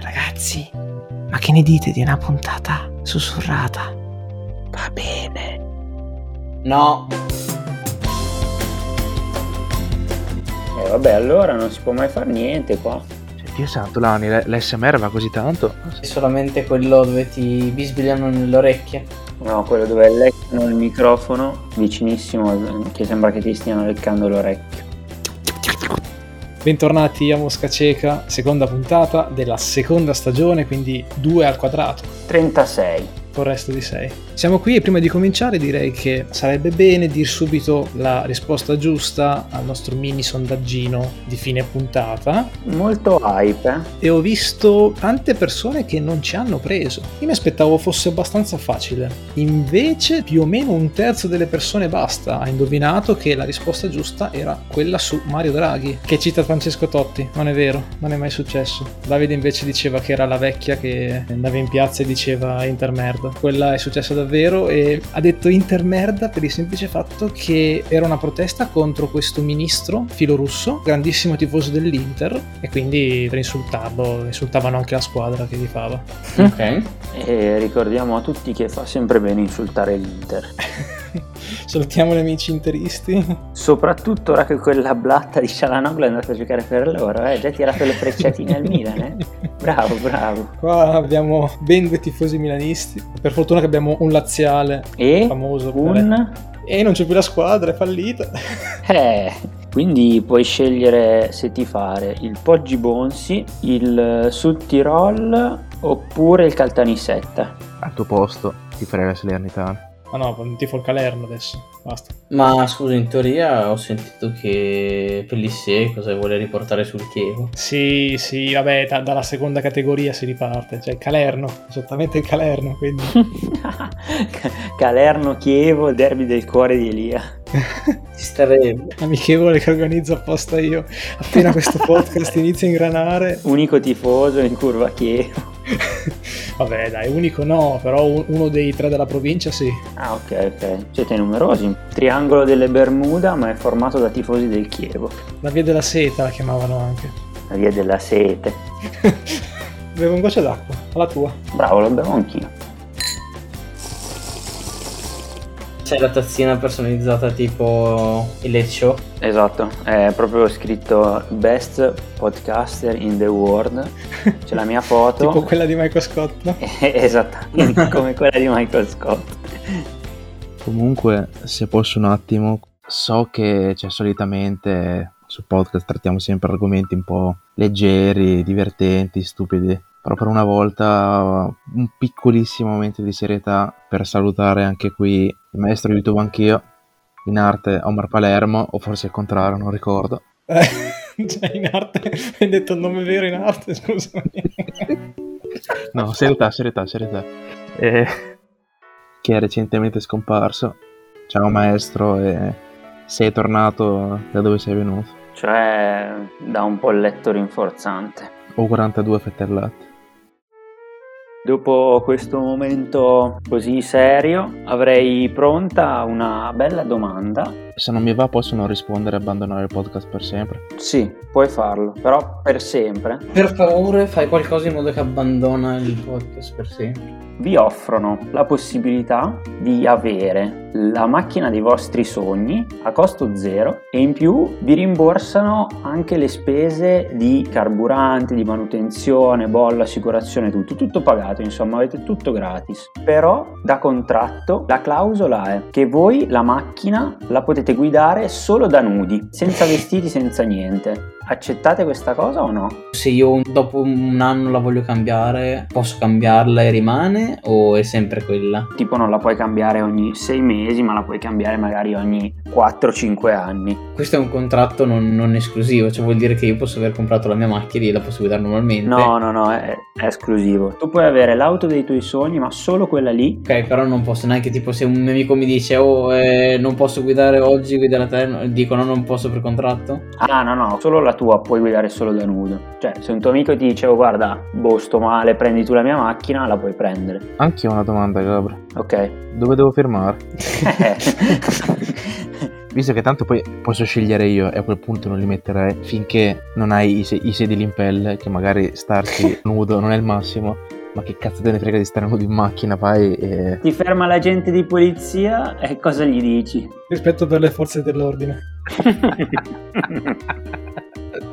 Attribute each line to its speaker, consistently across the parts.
Speaker 1: Ragazzi, ma che ne dite di una puntata sussurrata?
Speaker 2: Va bene.
Speaker 3: No,
Speaker 2: E Eh, vabbè, allora non si può mai fare niente qua.
Speaker 4: Cioè, Dio santo, Lani, l- l'SMR va così tanto? Ah,
Speaker 3: è solamente quello dove ti bisbigliano nelle orecchie.
Speaker 2: No, quello dove leccano il microfono vicinissimo, che sembra che ti stiano leccando l'orecchio.
Speaker 5: Bentornati a Mosca Cieca, seconda puntata della seconda stagione, quindi 2 al quadrato,
Speaker 2: 36.
Speaker 5: col resto di 6. Siamo qui e prima di cominciare direi che sarebbe bene dir subito la risposta giusta al nostro mini sondaggino di fine puntata.
Speaker 2: Molto hype, eh?
Speaker 5: E ho visto tante persone che non ci hanno preso. Io mi aspettavo fosse abbastanza facile. Invece, più o meno un terzo delle persone basta ha indovinato che la risposta giusta era quella su Mario Draghi, che cita Francesco Totti. Non è vero, non è mai successo. Davide invece diceva che era la vecchia che andava in piazza e diceva intermerda. Quella è successa davvero e ha detto intermerda per il semplice fatto che era una protesta contro questo ministro filorusso, grandissimo tifoso dell'Inter, e quindi per insultarlo insultavano anche la squadra che gli fava.
Speaker 3: Ok.
Speaker 2: E ricordiamo a tutti che fa sempre bene insultare l'Inter.
Speaker 5: Salutiamo gli amici interisti.
Speaker 2: Soprattutto ora che quella blatta di Shalanoglu è andata a giocare per loro, eh? Già ha tirato le frecciatine al Milan, eh? Bravo, bravo.
Speaker 5: Qua abbiamo ben due tifosi milanisti. Per fortuna che abbiamo un laziale
Speaker 2: E
Speaker 5: famoso. per-
Speaker 2: un...
Speaker 5: E non c'è più la squadra, è fallita.
Speaker 2: Eh, quindi puoi scegliere se ti fare il Poggi Bonsi, il eh, Sud Tirol oppure il Caltanissetta.
Speaker 4: Al tuo posto ti farei la Salernitana.
Speaker 5: Ma no, non tifo il Calerno adesso. Basta.
Speaker 3: Ma scusa, in teoria ho sentito che Pellissier cosa vuole riportare sul Chievo.
Speaker 5: Sì, sì, vabbè, da- dalla seconda categoria si riparte. Cioè, il Calerno, esattamente il Calerno. Quindi.
Speaker 2: Calerno Chievo, derby del cuore di Elia.
Speaker 3: Ci starebbe.
Speaker 5: amichevole che organizzo apposta io. Appena questo podcast inizia a ingranare,
Speaker 2: Unico tifoso in curva Chievo.
Speaker 5: vabbè, dai, unico no, però un- uno dei tre della provincia sì.
Speaker 2: Ah, ok, ok. Siete numerosi. Triangolo delle Bermuda, ma è formato da tifosi del Chievo.
Speaker 5: La via della seta la chiamavano anche.
Speaker 2: La via della sete.
Speaker 5: Bevo un goccio d'acqua, alla tua.
Speaker 2: Bravo, lo bevo anch'io.
Speaker 3: C'è la tazzina personalizzata tipo il Leccio.
Speaker 2: Esatto, è proprio scritto Best Podcaster in the World. C'è la mia foto.
Speaker 5: Tipo quella di Michael Scott, no?
Speaker 2: Esattamente come quella di Michael Scott.
Speaker 4: Comunque, se posso un attimo, so che cioè, solitamente su podcast trattiamo sempre argomenti un po' leggeri, divertenti, stupidi. Però per una volta un piccolissimo momento di serietà per salutare anche qui il maestro di YouTube anch'io, in arte Omar Palermo, o forse il contrario, non ricordo.
Speaker 5: Eh, Cioè, in arte, hai detto il nome vero in arte, scusami.
Speaker 4: No, serietà, serietà, serietà. Eh, che è recentemente scomparso. Ciao maestro, e sei tornato da dove sei venuto.
Speaker 2: Cioè, da un polletto rinforzante.
Speaker 4: Ho 42 fette al latte.
Speaker 2: Dopo questo momento così serio, avrei pronta una bella domanda.
Speaker 4: Se non mi va posso non rispondere e abbandonare il podcast per sempre.
Speaker 2: Sì, puoi farlo, però per sempre
Speaker 3: Per favore fai qualcosa in modo che abbandona il podcast per sempre.
Speaker 2: vi offrono la possibilità di avere la macchina dei vostri sogni a costo zero e in più vi rimborsano anche le spese di carburante, di manutenzione, bolla, assicurazione, tutto, tutto pagato, insomma avete tutto gratis. Però da contratto la clausola è che voi la macchina la potete guidare solo da nudi, senza vestiti, senza niente. Accettate questa cosa o no?
Speaker 3: Se io un- dopo un anno la voglio cambiare, posso cambiarla e rimane o è sempre quella?
Speaker 2: tipo non la puoi cambiare ogni sei mesi, ma la puoi cambiare magari ogni 4-5 anni.
Speaker 3: Questo è un contratto non, non esclusivo, cioè vuol dire che io posso aver comprato la mia macchina e la posso guidare normalmente.
Speaker 2: No, no, no, è, è esclusivo. Tu puoi avere l'auto dei tuoi sogni, ma solo quella lì.
Speaker 3: Ok, però non posso neanche, tipo, se un mio amico mi dice, oh, eh, non posso guidare oggi, guida la te, no- dico, no, non posso per contratto.
Speaker 2: Ah, no, no, solo la tua puoi guidare solo da nudo. Cioè, se un tuo amico ti dice, oh, guarda, boh, sto male, prendi tu la mia macchina, la puoi prendere.
Speaker 4: Anche io ho una domanda, Gabra.
Speaker 2: Ok.
Speaker 4: Dove devo firmare?
Speaker 2: Eh.
Speaker 4: Visto che tanto poi posso scegliere io e a quel punto non li metterei finché non hai i, se- i sedili in pelle, che magari starci nudo non è il massimo, ma che cazzo te ne frega di stare nudo in macchina, vai e...
Speaker 2: Ti ferma l'agente di polizia e cosa gli dici?
Speaker 5: Rispetto per le forze dell'ordine.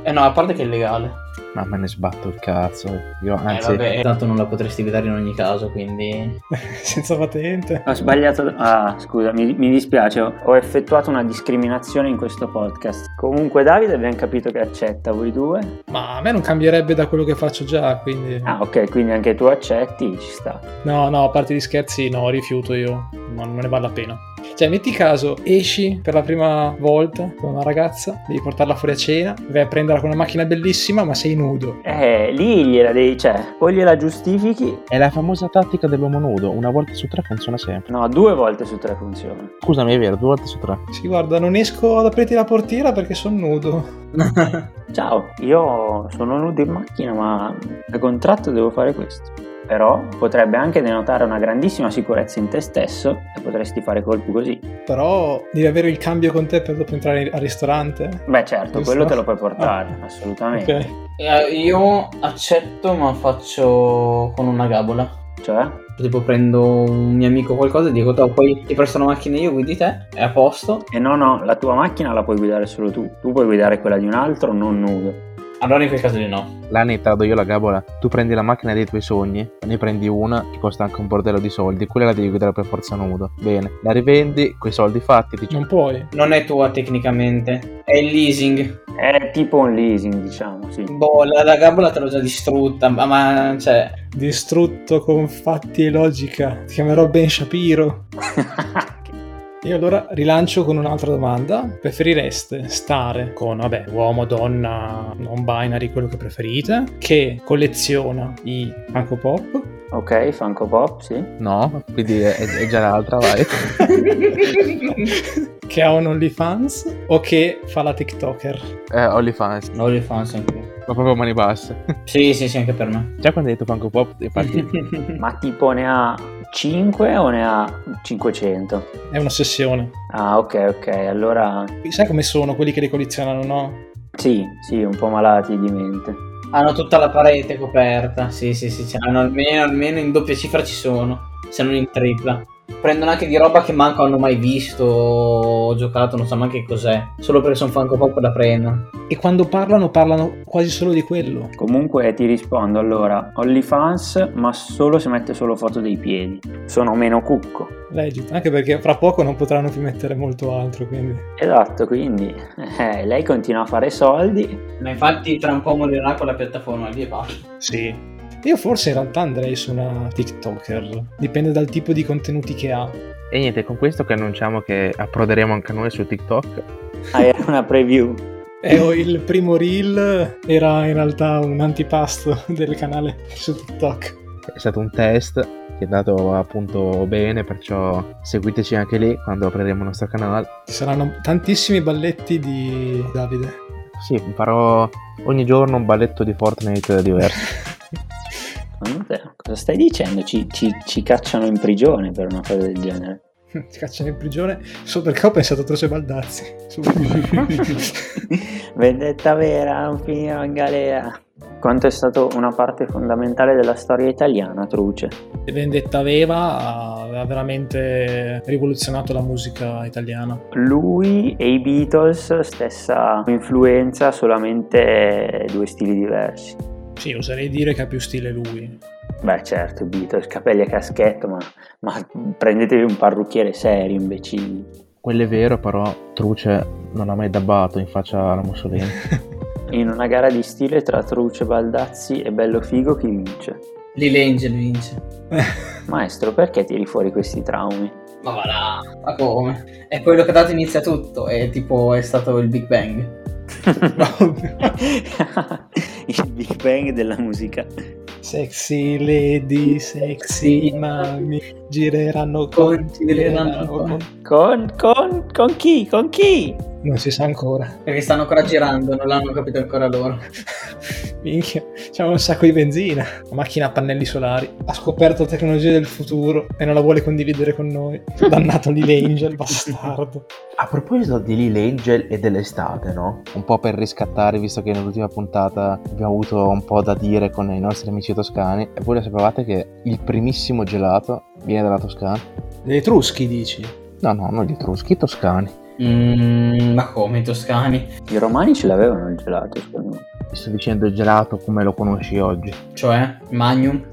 Speaker 3: Eh no, a parte che è illegale.
Speaker 4: No, me ne sbatto il cazzo. Io,
Speaker 2: Ah,
Speaker 3: Eh,
Speaker 4: anzi,
Speaker 3: vabbè, tanto non la potresti guidare in ogni caso, quindi...
Speaker 5: Senza patente.
Speaker 2: Ho sbagliato. Ah, scusa, mi, mi dispiace, ho effettuato una discriminazione in questo podcast. Comunque, Davide, abbiamo capito che accetta voi due.
Speaker 5: Ma a me non cambierebbe da quello che faccio già, quindi...
Speaker 2: Ah, ok, quindi anche tu accetti, ci sta.
Speaker 5: No, no, a parte gli scherzi, no, rifiuto io. No, non ne vale la pena. Cioè, metti caso, esci per la prima volta con una ragazza, devi portarla fuori a cena, vai a prenderla con una macchina bellissima, ma sei nudo.
Speaker 2: Eh, lì gliela devi, cioè, o gliela giustifichi.
Speaker 4: È la famosa tattica dell'uomo nudo, una volta su tre funziona sempre.
Speaker 2: No, due volte su tre funziona.
Speaker 4: Scusami, è vero, due volte su tre.
Speaker 5: Sì, guarda, non esco ad aprirti la portiera perché sono nudo.
Speaker 2: Ciao, io sono nudo in macchina, ma da contratto devo fare questo. Però potrebbe anche denotare una grandissima sicurezza in te stesso e potresti fare colpi così.
Speaker 5: Però devi avere il cambio con te per dopo entrare al ristorante.
Speaker 2: Beh, certo,
Speaker 5: Giusto?
Speaker 2: quello te lo puoi portare,
Speaker 5: Ah.
Speaker 2: assolutamente.
Speaker 5: Ok.
Speaker 3: Eh, io accetto, ma faccio con una gabola.
Speaker 2: Cioè,
Speaker 3: Tipo prendo un mio amico o qualcosa e dico, "Toh, poi ti presto la macchina io, guidi te, è a posto.
Speaker 2: e no, no, la tua macchina la puoi guidare solo tu. Tu puoi guidare quella di un altro, non nudo.
Speaker 3: Allora in quel caso di no.
Speaker 4: La netta, do io la gabola. Tu prendi la macchina dei tuoi sogni, ne prendi una che costa anche un bordello di soldi, quella la devi guidare per forza nudo. Bene, la rivendi, quei soldi fatti, ti
Speaker 5: Non puoi.
Speaker 3: Non è tua tecnicamente, è il leasing.
Speaker 2: È tipo un leasing, diciamo, sì.
Speaker 3: Boh, la, la gabola te l'ho già distrutta, ma, ma, cioè...
Speaker 5: Distrutto con fatti e logica. Ti chiamerò Ben Shapiro. Io allora rilancio con un'altra domanda. Preferireste stare con, vabbè, uomo, donna, non binary, quello che preferite, che colleziona i Funko Pop?
Speaker 2: ok, Funko Pop, sì.
Speaker 4: No, quindi è, è già l'altra, vai.
Speaker 5: che ha un OnlyFans o che fa la TikToker?
Speaker 4: Eh, OnlyFans,
Speaker 3: No, le fans anche.
Speaker 4: ma proprio a mani basse.
Speaker 3: Sì, sì, sì, anche per me.
Speaker 4: Già quando hai detto Funko Pop, ti parti.
Speaker 2: Ma tipo ne ha 5 o ne ha 500?
Speaker 5: È un'ossessione.
Speaker 2: Ah, ok, ok, allora
Speaker 5: Sai come sono quelli che li collezionano, no?
Speaker 2: Sì, sì, un po' malati di mente.
Speaker 3: Hanno tutta la parete coperta. Sì, sì, sì. ce l'hanno almeno, almeno in doppia cifra ci sono. Se non in tripla. Prendono anche di roba che manco hanno mai visto o giocato, non so neanche cos'è. Solo perché sono Funko Pop la prendono.
Speaker 5: E quando parlano, parlano quasi solo di quello.
Speaker 2: Comunque ti rispondo allora, OnlyFans, ma solo se mette solo foto dei piedi. Sono meno cucco.
Speaker 5: Legit, anche perché fra poco non potranno più mettere molto altro, quindi...
Speaker 2: Esatto, quindi eh, lei continua a fare soldi.
Speaker 3: Ma infatti tra un po' morirà con la piattaforma lì e basta.
Speaker 5: Sì. Io forse in realtà andrei su una TikToker. Dipende dal tipo di contenuti che ha.
Speaker 4: e niente, con questo che annunciamo che approderemo anche noi su TikTok.
Speaker 2: Ah, era una preview.
Speaker 5: Eh, oh, il primo reel era in realtà un antipasto del canale su TikTok.
Speaker 4: È stato un test che è andato appunto bene, perciò seguiteci anche lì quando apriremo il nostro canale.
Speaker 5: Ci saranno tantissimi balletti di Davide.
Speaker 4: Sì, farò ogni giorno un balletto di Fortnite diverso.
Speaker 2: Secondo te, cosa stai dicendo? Ci, ci- ci cacciano in prigione per una cosa del genere.
Speaker 5: Ti cacciano in prigione solo perché ho pensato a Troce Baldazzi.
Speaker 2: Vendetta vera, non finirò in galera. Quanto è stato una parte fondamentale della storia italiana, Truce.
Speaker 5: Vendetta Veva aveva veramente rivoluzionato la musica italiana.
Speaker 2: Lui e i Beatles, stessa influenza, solamente due stili diversi.
Speaker 5: Sì, oserei dire che ha più stile lui.
Speaker 2: Beh, certo, i Beatles, capelli a caschetto, ma, ma prendetevi un parrucchiere serio, imbecilli.
Speaker 4: Quello è vero, però Truce non ha mai dabbato in faccia alla Mussolini.
Speaker 2: In una gara di stile tra Truce, Baldazzi e Bello Figo, chi vince?
Speaker 3: Lì Angel vince.
Speaker 2: Maestro, perché tiri fuori questi traumi?
Speaker 3: Ma va là. Ma come? È quello che ha dato inizio a tutto. È tipo, è stato il Big Bang.
Speaker 2: Il Big Bang della musica.
Speaker 5: Sexy lady, sexy mami, gireranno con,
Speaker 3: Gireranno
Speaker 5: gireranno con.
Speaker 2: Con, con, con chi? Con chi?
Speaker 5: Non si sa ancora.
Speaker 3: Perché stanno ancora girando, non l'hanno capito ancora loro.
Speaker 5: Minchia, c'è un sacco di benzina. La macchina a pannelli solari. Ha scoperto la tecnologia del futuro e non la vuole condividere con noi. Dannato Lee Angel, bastardo.
Speaker 4: A proposito di Lil Angel e dell'estate, no? Un po' per riscattare, visto che nell'ultima puntata abbiamo avuto un po' da dire con i nostri amici toscani, e voi lo sapevate che il primissimo gelato viene dalla Toscana?
Speaker 5: Gli Etruschi, dici?
Speaker 4: No, no, non gli etruschi, i toscani.
Speaker 3: Mm, ma come i toscani?
Speaker 2: I romani ce l'avevano il gelato, secondo me.
Speaker 4: Vi sto dicendo il gelato come lo conosci oggi.
Speaker 3: Cioè, Magnum?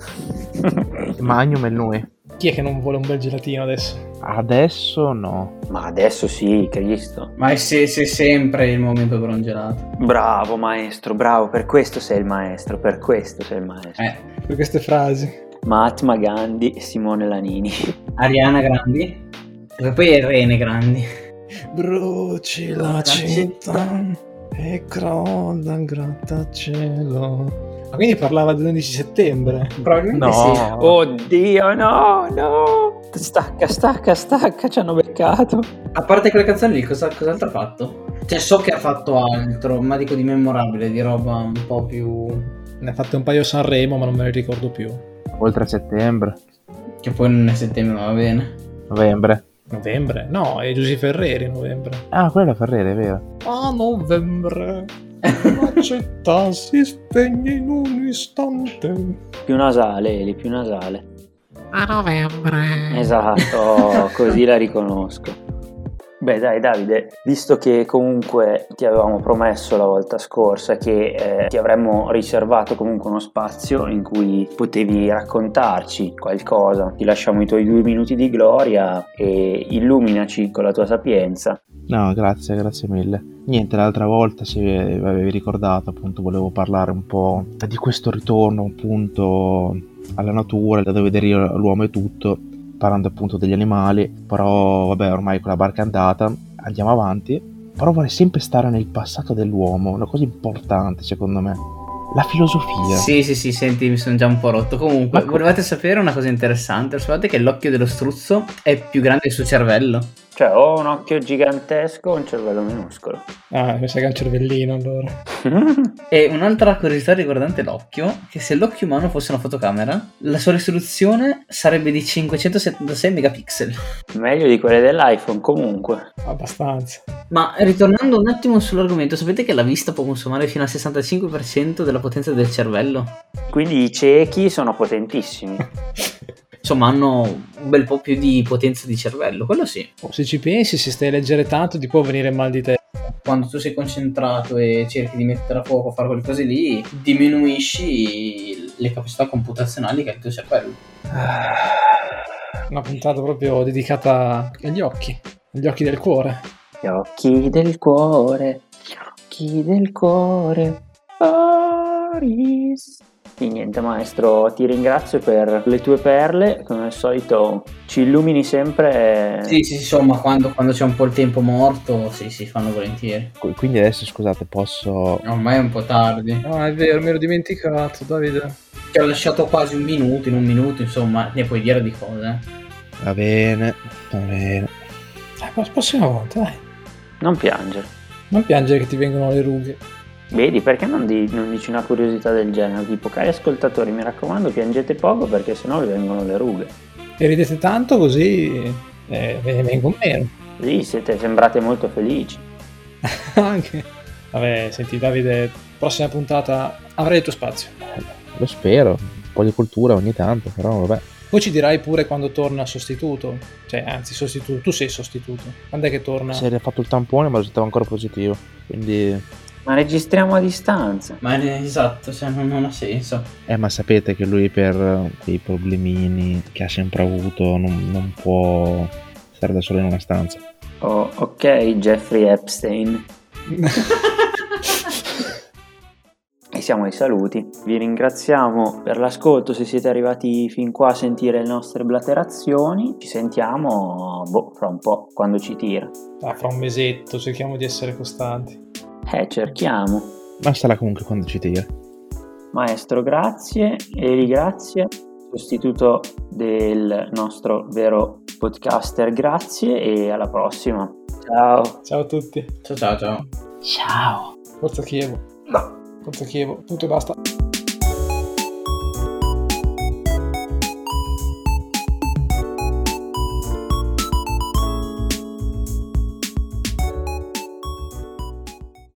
Speaker 4: Magnum e noi.
Speaker 5: Chi è che non vuole un bel gelatino adesso?
Speaker 4: Adesso no.
Speaker 2: Ma adesso sì, Cristo.
Speaker 3: Ma è se, se sempre il momento per un gelato.
Speaker 2: Bravo maestro, bravo, per questo sei il maestro, per questo sei il maestro.
Speaker 3: Eh,
Speaker 5: Per queste frasi.
Speaker 2: Mahatma Gandhi e Simone Lanini.
Speaker 3: Ariana Grandi? Perché poi è Rene Grandi.
Speaker 5: Bruci la città e crolla il grattacielo. Ma quindi parlava dell'11 settembre?
Speaker 3: Probabilmente
Speaker 4: No.
Speaker 3: sì.
Speaker 2: Oddio, no, no. Stacca, stacca, stacca, ci hanno beccato.
Speaker 3: A parte quelle canzoni lì, cosa, cos'altro ha fatto? Cioè, so che ha fatto altro, ma dico di memorabile, di roba un po' più...
Speaker 5: Ne ha fatte un paio a Sanremo, ma non me le ricordo più.
Speaker 4: Oltre a settembre,
Speaker 3: Che poi non è settembre, ma va bene.
Speaker 4: novembre.
Speaker 5: Novembre? No, è Giuseppe Ferreri novembre.
Speaker 4: Ah, quella è Ferrere, è vero.
Speaker 5: A novembre la città si spegne in un istante.
Speaker 2: Più nasale, Eli, più nasale.
Speaker 1: A novembre.
Speaker 2: Esatto, così la riconosco. Beh dai Davide, visto che comunque ti avevamo promesso la volta scorsa che eh, ti avremmo riservato comunque uno spazio in cui potevi raccontarci qualcosa, ti lasciamo i tuoi due minuti di gloria e illuminaci con la tua sapienza.
Speaker 4: No, grazie, grazie mille. Niente, l'altra volta, se vi avevi ricordato, appunto, volevo parlare un po' di questo ritorno, appunto, alla natura, da dove deriva l'uomo e tutto, parlando appunto degli animali, però vabbè, ormai con la barca è andata, andiamo avanti. Però vorrei sempre stare nel passato dell'uomo, una cosa importante secondo me, la filosofia.
Speaker 3: Sì, sì, sì, senti, mi sono già un po' rotto. Comunque,
Speaker 4: Ma co-
Speaker 3: volevate sapere una cosa interessante? Sapete che l'occhio dello struzzo è più grande del suo cervello?
Speaker 2: Cioè ho un occhio gigantesco e un cervello minuscolo.
Speaker 5: Ah, mi sa che è un cervellino allora.
Speaker 3: E un'altra curiosità riguardante l'occhio, che se l'occhio umano fosse una fotocamera, la sua risoluzione sarebbe di 576 megapixel.
Speaker 2: Meglio di quelle dell'iPhone comunque.
Speaker 5: Abbastanza.
Speaker 3: Ma ritornando un attimo sull'argomento, sapete che la vista può consumare fino al 65% della potenza del cervello?
Speaker 2: Quindi i ciechi sono potentissimi.
Speaker 3: Insomma, hanno un bel po' più di potenza di cervello, quello sì.
Speaker 5: Oh, se ci pensi, se stai a leggere tanto ti può venire mal di testa.
Speaker 3: quando tu sei concentrato e cerchi di mettere a fuoco, fare quelle cose lì, diminuisci le capacità computazionali che ha il tuo cervello.
Speaker 5: Una puntata proprio dedicata agli occhi, agli occhi del cuore.
Speaker 2: Gli occhi del cuore, gli occhi del cuore. Paris. E niente maestro, ti ringrazio per le tue perle, come al solito ci illumini sempre.
Speaker 3: Sì, sì, insomma, quando, quando c'è un po' il tempo morto, sì, si fanno volentieri.
Speaker 4: Qu- Quindi adesso, scusate, posso...
Speaker 3: Ormai è un po' tardi.
Speaker 5: Ah, è vero, mi ero dimenticato, Davide.
Speaker 3: Ti ho lasciato quasi un minuto, in un minuto, insomma, ne puoi dire di cose.
Speaker 4: Va bene, va bene.
Speaker 5: Dai, Eh, la prossima volta, dai.
Speaker 2: Non piangere.
Speaker 5: Non piangere che ti vengono le rughe.
Speaker 2: Vedi, perché non, di- non dici una curiosità del genere? Tipo, cari ascoltatori, mi raccomando, piangete poco perché sennò vi vengono le rughe.
Speaker 5: E ridete tanto così eh, ve ne vengono meno.
Speaker 2: Sì, siete sembrate molto felici.
Speaker 5: Anche. Vabbè, senti Davide, prossima puntata avrai il tuo spazio.
Speaker 4: Lo spero, un po' di cultura ogni tanto, però vabbè.
Speaker 5: Poi ci dirai pure quando torna il sostituto. Cioè, anzi, sostituto. Tu sei il sostituto. Quando è che torna?
Speaker 4: Si era fatto il tampone ma risultava ancora positivo, quindi...
Speaker 2: Ma registriamo a distanza.
Speaker 3: Ma è- esatto, cioè, non, non ha senso.
Speaker 4: Eh ma sapete che lui per quei problemini che ha sempre avuto non, non può stare da solo in una stanza.
Speaker 2: Oh, ok, Jeffrey Epstein. E siamo ai saluti. Vi ringraziamo per l'ascolto se siete arrivati fin qua a sentire le nostre blaterazioni. Ci sentiamo boh, fra un po' quando ci tira.
Speaker 5: Ah, fra un mesetto, cerchiamo di essere costanti.
Speaker 2: Eh, cerchiamo.
Speaker 4: Ma sarà comunque quando ci tira.
Speaker 2: Maestro, grazie. Eli, grazie. Sostituto del nostro vero podcaster, grazie e alla prossima.
Speaker 3: Ciao.
Speaker 2: Ciao.
Speaker 5: Ciao a tutti.
Speaker 3: Ciao ciao ciao.
Speaker 1: Ciao.
Speaker 5: Forza Chievo.
Speaker 2: No.
Speaker 5: Forza Chievo. Tutto e basta.